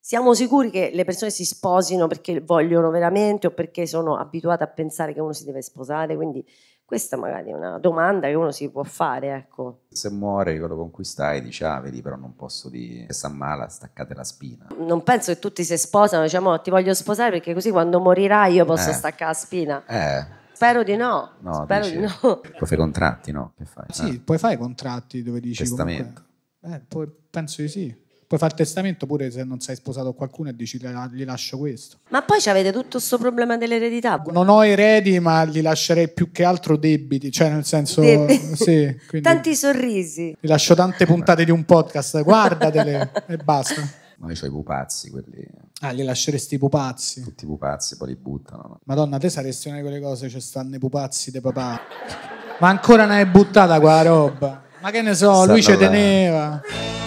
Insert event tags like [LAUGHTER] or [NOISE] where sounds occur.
Siamo sicuri che le persone si sposino perché vogliono veramente o perché sono abituate a pensare che uno si deve sposare? Quindi questa magari è una domanda che uno si può fare, ecco. Se muore, lo conquistai, dici, ah, vedi, però non posso di... Se s'ammala, staccate la spina. Non penso che tutti si sposano, diciamo, "Oh, ti voglio sposare perché così quando morirai io posso Eh. staccare la spina. Eh, Spero di no, no, spero dici, di no. Poi fai i contratti, no? Che fai? Sì, Eh, puoi fare contratti dove dici Testamento. comunque- eh, puoi- penso di sì. Puoi fare il testamento pure se non sei sposato a qualcuno e dici "Gliela- gli lascio questo. Ma poi avete tutto questo problema dell'eredità. Non ho eredi, ma gli lascerei più che altro debiti, cioè nel senso Debiti. [LAUGHS] sì, quindi Tanti sorrisi. gli lascio tante puntate di un podcast, guardatele e basta. Ah, ma io ho i pupazzi, quelli, Ah, gli lasceresti i pupazzi. tutti i pupazzi, poi li buttano. no? Madonna, te saresti una di quelle cose, ci stanno i pupazzi di papà. Ma ancora ne hai buttata qua roba. Ma che ne so, lui Stanno ci là. teneva.